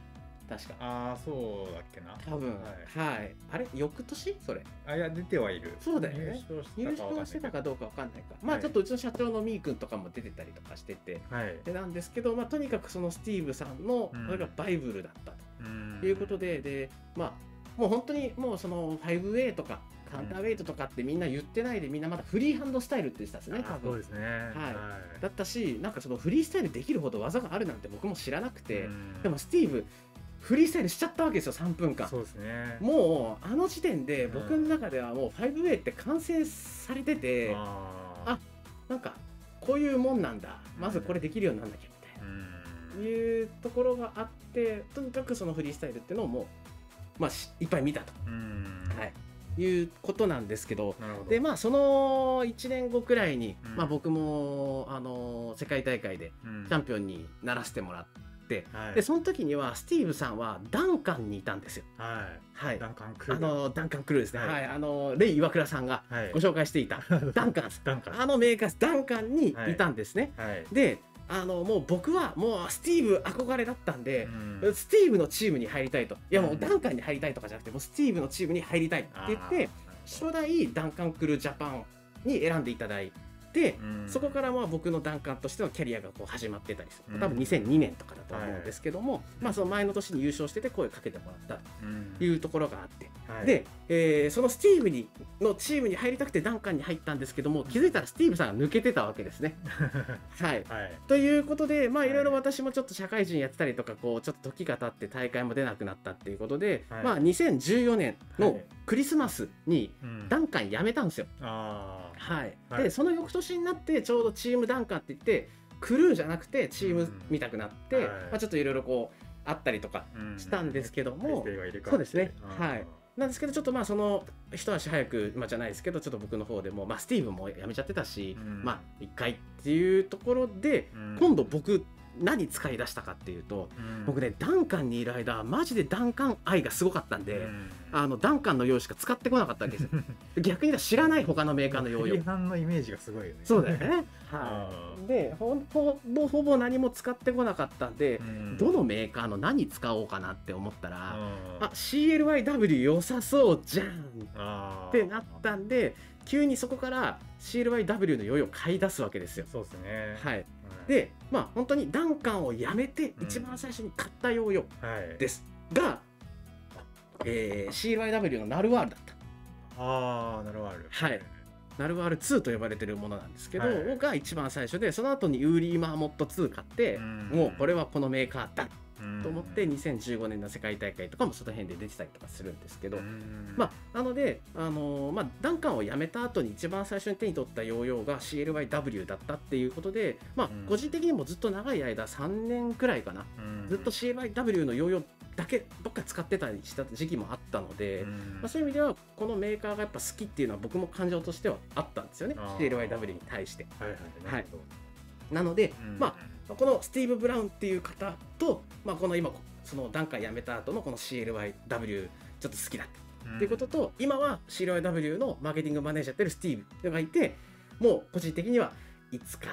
確かああそうだっけな多分ははい、あれ翌年それあいや出てはいるそうだよね入賞した入か賞はわかんないしてけどたかどうかわかんないか、まあはいちょっとうちの社長のミー君とかも出てたりとかしててはいでなんですけど、まあ、とにかくそのスティーブさんのうんそれがバイブルだったうんということで、でまあもう本当にもうその 5A とかカウンターウェイトとかってみんな言ってないでみんなまだフリーハンドスタイルって言ってたんですよねあ多ーそう分ですねはいはいだったしなんかそのフリースタイルできるほど技があるなんて僕も知らなくて、うんでもスティーブフリースタイルしちゃったわけですよ3分間そうですねもうあの時点でうん僕の中ではもう 5A って完成されてて、あなんかこういうもんなんだまずこれできるようになんなきゃみたいーなう、んいうところがあってとにかくそのフリースタイルっていうのをもう、まあ、しいっぱい見たと、うんはい、いうことなんですけどなるほどでまあその1年後くらいに、うんまあ、僕もあの世界大会でうんチャンピオンにならせてもらって、はいでその時にはスティーブさんはダンカンにいたんですよ。ははいい、ダあンカンクールのダンカン・クルーですね、ははいいあのレイ・イワクラさんがはいご紹介してい たダンカンさんダンカンあのメーカーダンカンにいたんですね、はいであのもう僕はもうスティーブ憧れだったんで、うんスティーブのチームに入りたいといやもうんうダンカンに入りたいとかじゃなくてもうスティーブのチームに入りたいって言って初代ダンカン・クルージャパンに選んでいただいて、そこかららまあ僕のダンカンとしてのキャリアがこう始まってたりすうんる多分2002年とかだと思うんですけども、まあ、その前の年に優勝してて声かけてもらったというところがあって、で、えーそのスティーブにのチームに入りたくてダンカンに入ったんですけども気づいたらスティーブさんが抜けてたわけですね。はい はいということで、まあ、はいいろいろ私もちょっと社会人やってたりとか、こう、ちょっと時が経って大会も出なくなったっていうことで、はいまあ、2014年はのいクリスマスに、うんダンカン辞めたんですよ。あはい。はいで、その翌年になって、ちょうどチームダンカンって言って、クルーじゃなくて、チーム見たくなって、うんはいまあ、ちょっといろいろこう、あったりとかーうしたんですけども、体制が入れ替わってそうですねあーはいなんですけど、ちょっとまあ、その、一足早く、まあ、じゃないですけど、ちょっと僕の方でも、まあ、スティーブも辞めちゃってたし、うんまあ、一回っていうところで、うん今度僕何使い出したかっていうとうん僕ねダンカンにいる間マジでダンカン愛がすごかったんうで、んあのダンカンの用しか使ってこなかったわけですよ逆に言うと知らない他のメーカーの用フリ用ーハンのイメージがすごいよねそうだよねはあいでほんほぼほぼ何も使ってこなかったんでーう、んどのメーカーの何使おうかなって思ったら、ああ CLYW 良さそうじゃんあーってなったんで急にそこから CLYW の用意を買い出すわけですよ。そうですねはい、いでまあ本当にダンカンをやめてうん一番最初に買ったヨーヨはいーですが、えー CYW のナルワールだったああなるほどはいナルワール2と呼ばれてるものなんですけど、はいが一番最初でその後にウーリー・マーモット2買って、もうこれはこのメーカーだと思って2015年の世界大会とかもその辺で出てたりとかするんですけど、まあ、なので、あのーまあ、ダンカンを辞めた後に一番最初に手に取ったヨーヨーが CLYW だったっていうことで、まあうん、個人的にもずっと長い間3年くらいかなずっと CLYW のヨーヨーだけばっか使ってたりした時期もあったので、まあ、そういう意味ではこのメーカーがやっぱ好きっていうのは僕も感情としてはあったんですよねあー CLYW に対して。はいはいなので、まああこのスティーブ・ブラウンっていう方と、まあ、この今その段階辞めた後のこの CLYW ちょっと好きだったっていうことと、今は CLYW のマーケティングマネージャーやってるスティーブがいてもう個人的にはいつか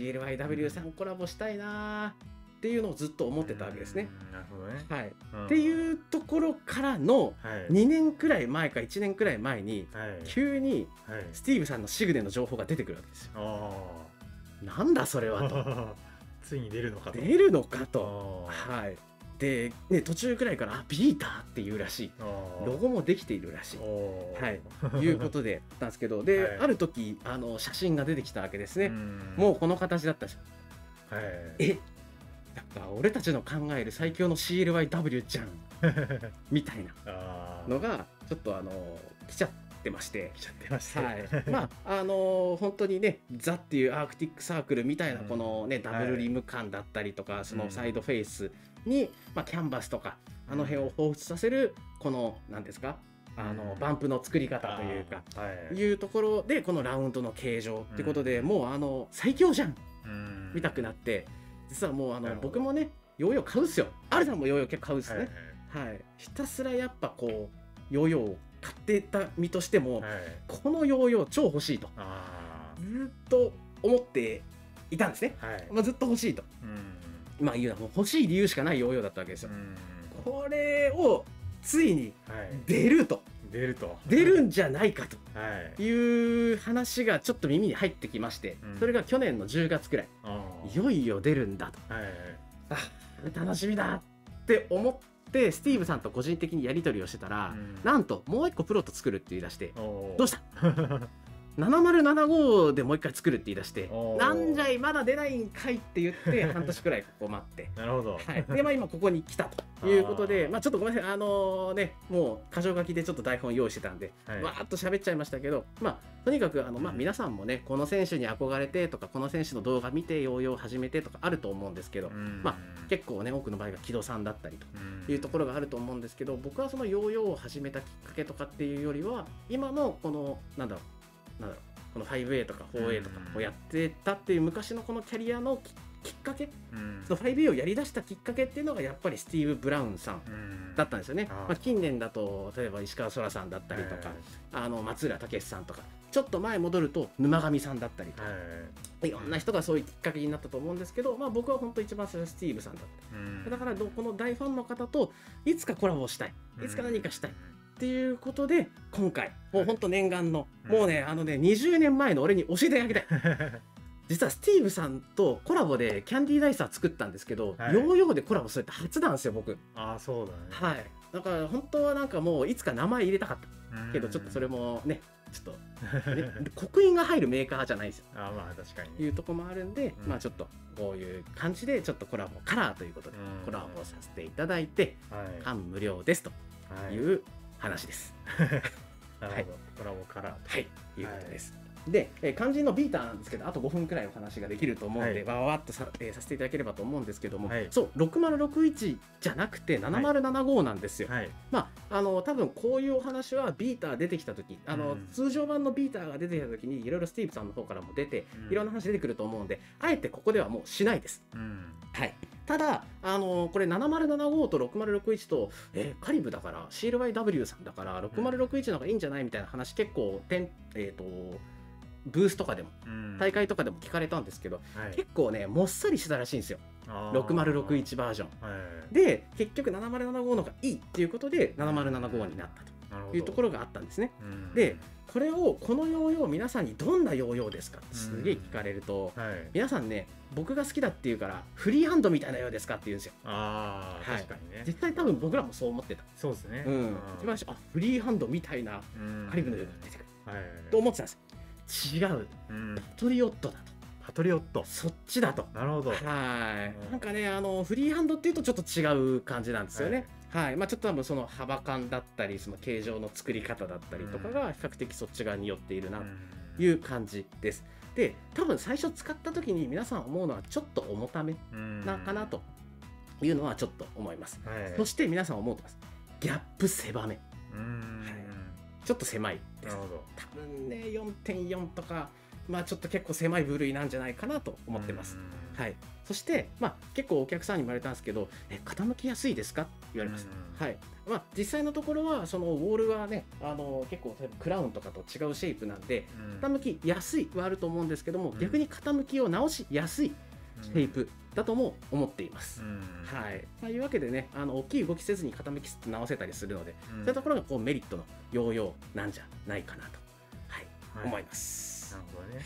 CLYW さんコラボしたいなーっていうのをずっと思ってたわけですね。なるほどねはい、っっていうところからのはい2年くらい前か1年くらい前にはい急にはいスティーブさんのシグネの情報が出てくるわけですよ。あ なんだそれはと。あついに出るのかと。出るのかと。あーはい、で、ね、途中くらいからあビーターっていうらしいあーロゴもできているらしい。おーはい、いうこと でだったんですけどで、はいある時あの写真が出てきたわけですね、うんもうこの形だったしはいえやっぱ俺たちの考える最強の CLYW じゃんみたいな あーのがちょっとあの来ちゃってまして。来ちゃってました。はい、 まああの本当にねザっていうアークティックサークルみたいなうんこのね、ダブルリム感だったりとか、そのサイドフェイスに、まあ、キャンバスとかあの辺を彷彿させるこの何ですかあの、うんバンプの作りあ方ーというか、はい、いうところでこのラウンドの形状ってことで、うんもうあの最強じゃんうん見たくなって実はもうあなるのほど僕もねヨーヨー買うんすよアルさんもヨーヨー結構買うんですはいね、はいひたすらやっぱこうヨーヨーを買ってた身としても、はいはいこのヨーヨー超欲しいとあずっと思っていたんですね、ーはいまあ、ずっと欲しいとうんまあ言うのはもう欲しい理由しかないヨーヨーだったわけですうよ、んこれをついにはい出ると出ると出るんじゃないかとはいいう話がちょっと耳に入ってきまして、うんそれが去年の10月くらいあいよいよ出るんだとーはいはいあ楽しみだって思ってスティーブさんと個人的にやり取りをしてたら、うんなんともう一個プロット作るって言い出して、おーどうした 7075でもう一回作るって言い出しておーなんじゃいまだ出ないんかいって言って 半年くらいここ待って。なるほどはい、でまあ今ここに来たということであーまあ、ちょっとごめんなさいあのねもう箇条書きでちょっと台本用意してたんではいわーっと喋っちゃいましたけど、まあ、とにかくあの、まあ、うん皆さんもねこの選手に憧れてとかこの選手の動画見てヨーヨー始めてとかあると思うんですけど、うんまあ、結構ね多くの場合が木戸さんだったりとうんいうところがあると思うんですけど僕はそのヨーヨーを始めたきっかけとかっていうよりは今のこのなんだろうなんだろうこの 5A とか 4A とかうんをやってたっていう昔のこのキャリアのききっかけうんその 5A をやりだしたきっかけっていうのがやっぱりスティーブ・ブラウンさんうんだったんですよね、あーまあ、近年だと例えば石川そらさんだったりとか、あの松浦武さんとかちょっと前戻ると沼上さんだったりとはいか、はいろんな人がそういうきっかけになったと思うんですけど、まあ、僕は本当一番最初はスティーブさんだったいだからどこの大ファンの方といつかコラボしたいいつか何かしたいっていうことで今回もう本当念願の、はいもうねあのね20年前の俺に教えてあげたい実はスティーブさんとコラボでキャンディーダイサー作ったんですけど、はいヨーヨーでコラボするって初なんですよ僕 ああそうだねはいだから本当はなんかもういつか名前入れたかったうんけどちょっとそれもねちょっとね刻印が入るメーカーじゃないですよあーまあ確かにいねうとこもあるんで、うんまあちょっとこういう感じでちょっとコラボカラーということでうんコラボさせていただいてはい感無量ですとはいいう話です。なはるいほどコラボカラーはい、いうことです。で、えー肝心のビーターなんですけどあと5分くらいお話ができると思うんで、わわわっとさ,、えーさせていただければと思うんですけども、はいそう6061じゃなくて7075なんですよ。はいまああの多分こういうお話はビーター出てきた時あの、うん通常版のビーターが出てきた時にいろいろスティーブさんの方からも出て、うんいろんな話出てくると思うんであえてここではもうしないです。うんはいただ、あのこれ7075と6061と、えーカリブだから、CLYW さんだから、6061の方がいいんじゃないみたいな話、結構てん、えー、とブースとかでも、うん大会とかでも聞かれたんですけど、はい結構ね、もっさりしてたらしいんですよ、あー6061バージョン。はいで、結局7075の方がいいっていうことで、7075になったと。なるほとどいうところがあったんですね。うんでこれをこのヨーヨー皆さんにどんなヨーヨーですかってすげえ聞かれると、はい皆さんね僕が好きだって言うからフリーハンドみたいなヨーですかって言うんですよ。ああはい確かにね実際多分僕らもそう思ってた。そうですねうん。一番最初あフリーハンドみたいなうんカリブのヨーヨー出てくるはいと思ってたんですよ。違ううんパトリオットだパトリオットとそっちだと。なるほどはい。なんかねあのフリーハンドっていうとちょっと違う感じなんですよね。はいまあ、ちょっと多分その幅感だったりその形状の作り方だったりとかが比較的そっち側に寄っているなというう感じです。で多分最初使った時に皆さん思うのはちょっと重ためななかなというのはちょっと思います。はいそして皆さん思うと思います。ギャップ狭め。うんはいちょっと狭いでなする。ほど多分ね4.4とかまあちょっと結構狭い部類なんじゃないかなと思ってます。はいい。そしてまあ結構お客さんにも言われたんですけど、え傾きやすいですかって言われます。いはいまあ、実際のところはそのウォールはねあの結構例えばクラウンとかと違うシェイプなんで傾きやすいはあると思うんですけども、うん逆に傾きを直しやすいシェイプだとも思っています。ははいまあ、いうわけでねあの大きい動きせずに傾きすって直せたりするので、いそういうところがこうメリットのヨーヨーなんじゃないかなと、はいろ思いまます。なるほどねはい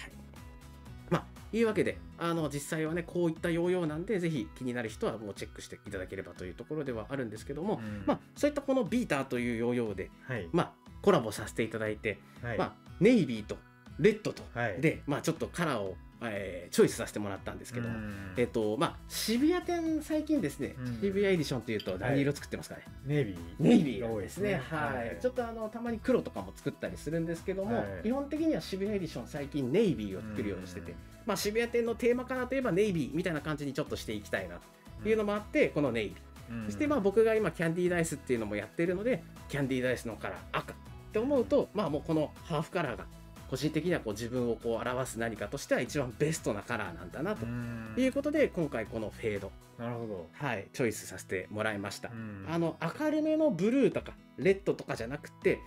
まあ、いうわけで、あの、実際はね、こういったヨーヨーなんで、ぜひ気になる人はもうチェックしていただければというところではあるんですけども、うんまあ、そういったこのビーターというヨーヨーで、はいまあ、コラボさせていただいて、はいまあ、ネイビーとレッドと、はいで、まあ、ちょっとカラーを、えーチョイスさせてもらったんですけども、うんえっとまあ、渋谷店、最近ですね、うん渋谷エディションというと、何色作ってますかね、ネイビーネイビーがが多多いいでですすねね、はいはいちょっとあのたまに黒とかも作ったりするんですけども、はい基本的には渋谷エディション、最近、ネイビーを作るようにしてて、まあ、渋谷店のテーマカラーといえばネイビーみたいな感じにちょっとしていきたいなというのもあって、このネイビー、うんそしてまあ僕が今、キャンディーダイスっていうのもやってるので、キャンディーダイスのカラー、赤って思うと、まあ、もうこのハーフカラーが、個人的にはこう自分をこう表す何かとしては一番ベストなカラーなんだなとうんいうことで、今回、このフェード、なるほどはい、チョイスさせてもらいました。うんあの明るめのブルーとかレッドとかじゃなくて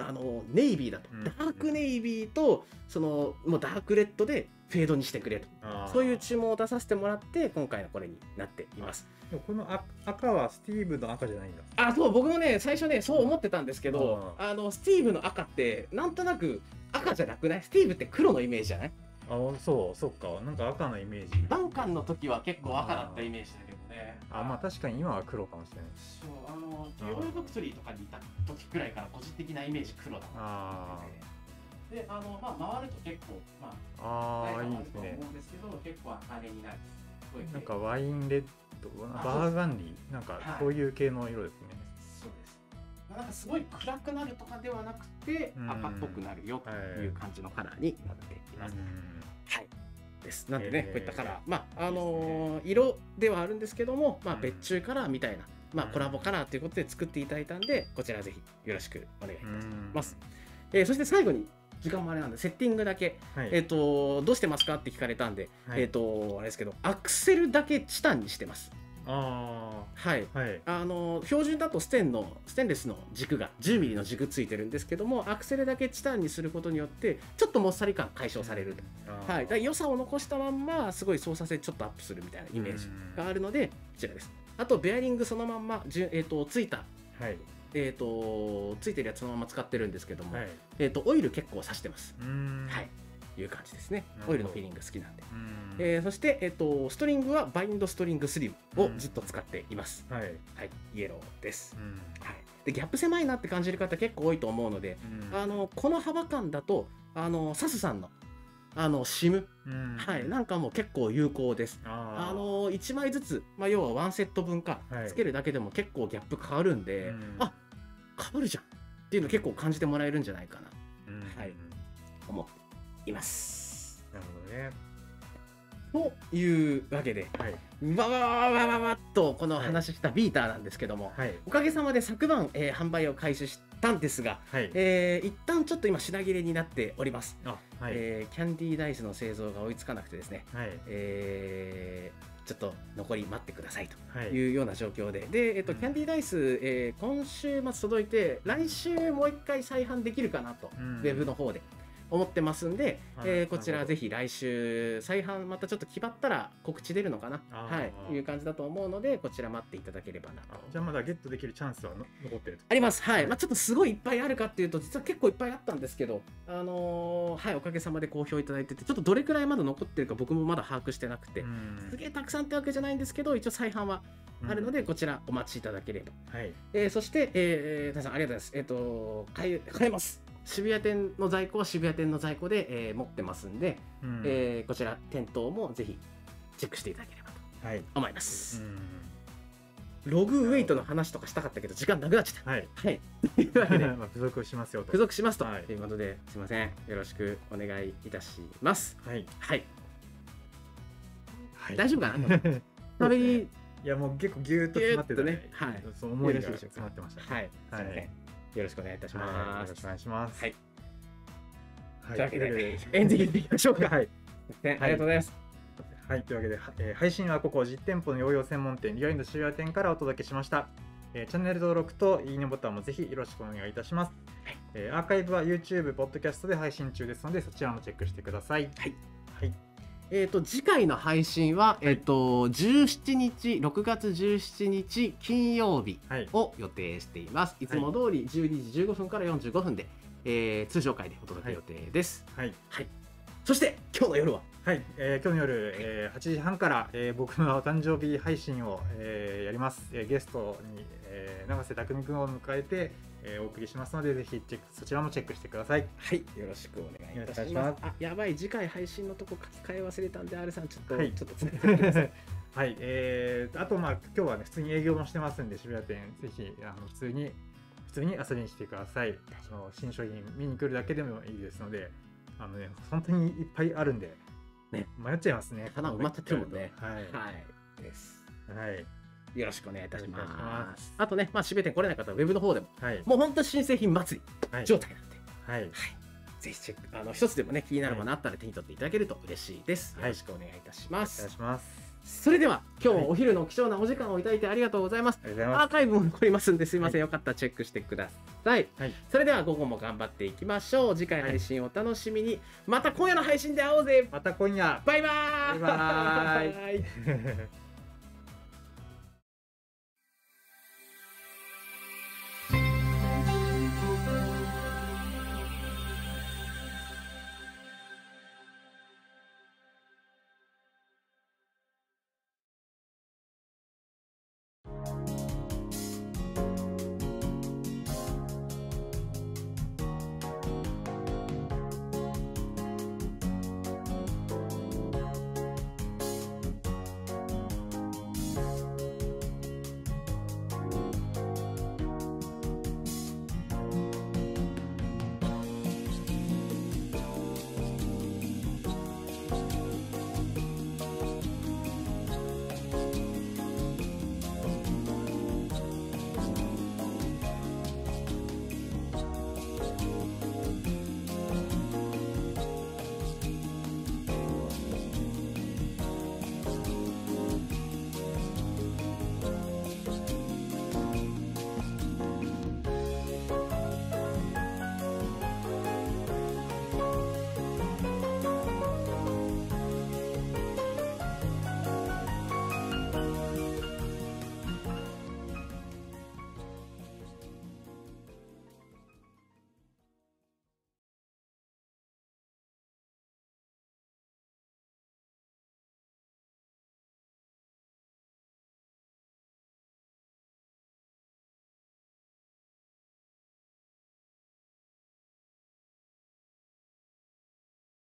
あのネイビーだと、うんダークネイビーとそのもうダークレッドでフェードにしてくれとあーそういう注文を出させてもらって今回のこれになっていますでもこのあ赤はスティーブの赤じゃないんだあそう僕もね最初ねそう思ってたんですけど、うあのスティーブの赤ってなんとなく赤じゃなくないスティーブって黒のイメージじゃないあそうそっかなんか赤のイメージダンカンの時は結構赤だったイメージだけどねあまあ確かに今は黒かもしれないそうあのヨーヨードクトリーとかにいた時くらいから個人的なイメージ黒だなあであの、まあ、回ると結構、まーああ、ーいあいでるすと思ねうんですけど、結構明るになる。すごいねなんかワインレッドあバーガンディなんかこういう系の色ですねそうです。まあなんかすごい暗くなるとかではなくて、うん赤っぽくなるよという感じのカラーになっています。うんはい。です。なんでね、えーこういったカラー、まあ、あいいのー色ではあるんですけども、まあ、うん別注カラーみたいな、まあ、うんコラボカラーということで作っていただいたんで、こちらぜひよろしくお願いいたします。うんますえーそして最後に、時間もあれなんで、セッティングだけ、はいえっ、と、どうしてますかって聞かれたんで、はいえっ、と、あれですけど、アクセルだけチタンにしてます。あはい。あはいあの、標準だとステンの、ステンレスの軸が、10ミリの軸ついてるんですけども、アクセルだけチタンにすることによって、ちょっともっさり感解消されると。あーはい。だから良さを残したまんま、すごい操作性ちょっとアップするみたいなイメージがあるので、こちらです。あと、ベアリングそのまんま、じゅえっ、と、ついた、はいえっ、と、ついてるやつそのまま使ってるんですけども、はいえっ、と、オイル結構さしてます。うんはい。いう感じですねなる。ほどオイルのフィーリング好きなんで。うんえーそして、えっと、ストリングはバインドストリングスリムをずっと使っています。はいはい、イエローですう。んはい、でギャップ狭いなって感じる方結構多いと思うので、うんあのこの幅感だとあのサスさんのあのシム、うんはい、なんかも結構有効です。あーあの1枚ずつ、まあ、要は1セット分か、はいつけるだけでも結構ギャップ変わるんで、うんあ変わるじゃんっていうの結構感じてもらえるんじゃないかなうんはいと思います。なるほどねというわけではいわわわわわわっとこの話したビーターなんですけども、はいおかげさまで昨晩、えー販売を開始したんですが、はいえー一旦ちょっと今品切れになっております、あはいえーキャンディーダイスの製造が追いつかなくてですね、はいえーちょっと残り待ってくださいはといいうような状況で、で、えっと、うんキャンディーダイス、えー今週末届いて、来週もう一回再販できるかなと、うんウェブの方で思ってますんで、はいえーこちならるほどぜひ来週再販またちょっと決まったら告知出るのかなあーはいいう感じだと思うのでこちら待っていただければなとあじゃあまだゲットできるチャンスはの残ってるとあります、はいまあ、ちょっとすごいいっぱいあるかっていうと、実は結構いっぱいあったんですけど、あのーはい、おかげさまで好評いただいてて、ちょっとどれくらいまだ残ってるか、僕もまだ把握してなくて、すげえたくさんってわけじゃないんですけど、一応再販はあるので、で、こちらお待ちいただければ。うんはいえーそして、えー、皆さんありがとうございます。えっ、と買え、買えます。渋谷店の在庫は渋谷店の在庫で、えー持ってますんで、うんえーこちら店頭もぜひチェックしていただければとはい思いまうす。んログウェイトの話とかしたかったけど、時間なくなっちゃっはい た。はい。というわけで、まあ付属をしますよと付属しますと、はいいうことで、すいません、よろしくお願いいたします。はいはい、はい大丈夫かなそう食でべすねに、 いやもう結構ギューッと詰まってたねギューッとねそう思いがよろしいでしょうか詰まってましたねはい、すいません、はいよろしくお願いいたしはいまよろすしく。お願いしますはいはいというわけでというわけでエンディングいきましょうか。 はすいいませんありがとうございます。はい、というわけで、はえー配信はここ実店舗のヨーヨー専門店リアインド渋谷店からお届けしました、えーチャンネル登録といいねボタンもぜひよろしくお願いいたします、はいえーアーカイブは YouTube、ポッドキャストで配信中ですのでそちらもチェックしてくださいはい、はい、えっ、と、次回の配信は、えっ、と、17日、6月17日金曜日はいを予定しています。いつも通り12時15分から45分で、えー通常回でお届け予定です。はいはい、そそして今日の夜ははい、えー今日の夜、えー8時半から、えー僕のお誕生日配信を、えーやります、えーゲストに、えー永瀬匠君を迎えて、えーお送りしますのでぜひチェックそちらもチェックしてくださいはいよろしくお願いいたしますお願いしあやばい次回配信のとこ書き換え忘れたんで R さんちょっと、はいちょっとつな はい、えーあとまあ今日はね普通に営業もしてますんで渋谷店ぜひあの普通に普通に遊びに来てくださいあの新商品見に来るだけでもいいですのであのね本当にいっぱいあるんで、ね迷っちゃいますね花埋まっちゃってるもんねははいですいはいよろしくお願いいたしお願いしまますすあとねまあ締めて来れなかったらウェブの方でもはいもう本当新製品祭はりい状態なんで、はいぜひチェックあの一つでもね気になるものあったら手に取っていただけると嬉しいです、はいよろしくお願いいたしまおす、願いしますそれでは今日もお昼の貴重なお時間をいただいてありがとうございますありがとうございアまーカイブも残りますんですいません、はよかったらチェックしてください、はいそれでは午後も頑張っていきましょう次回配信お楽しみに、また今夜の配信で会おうぜすまた今夜バイバーイバイバイーイ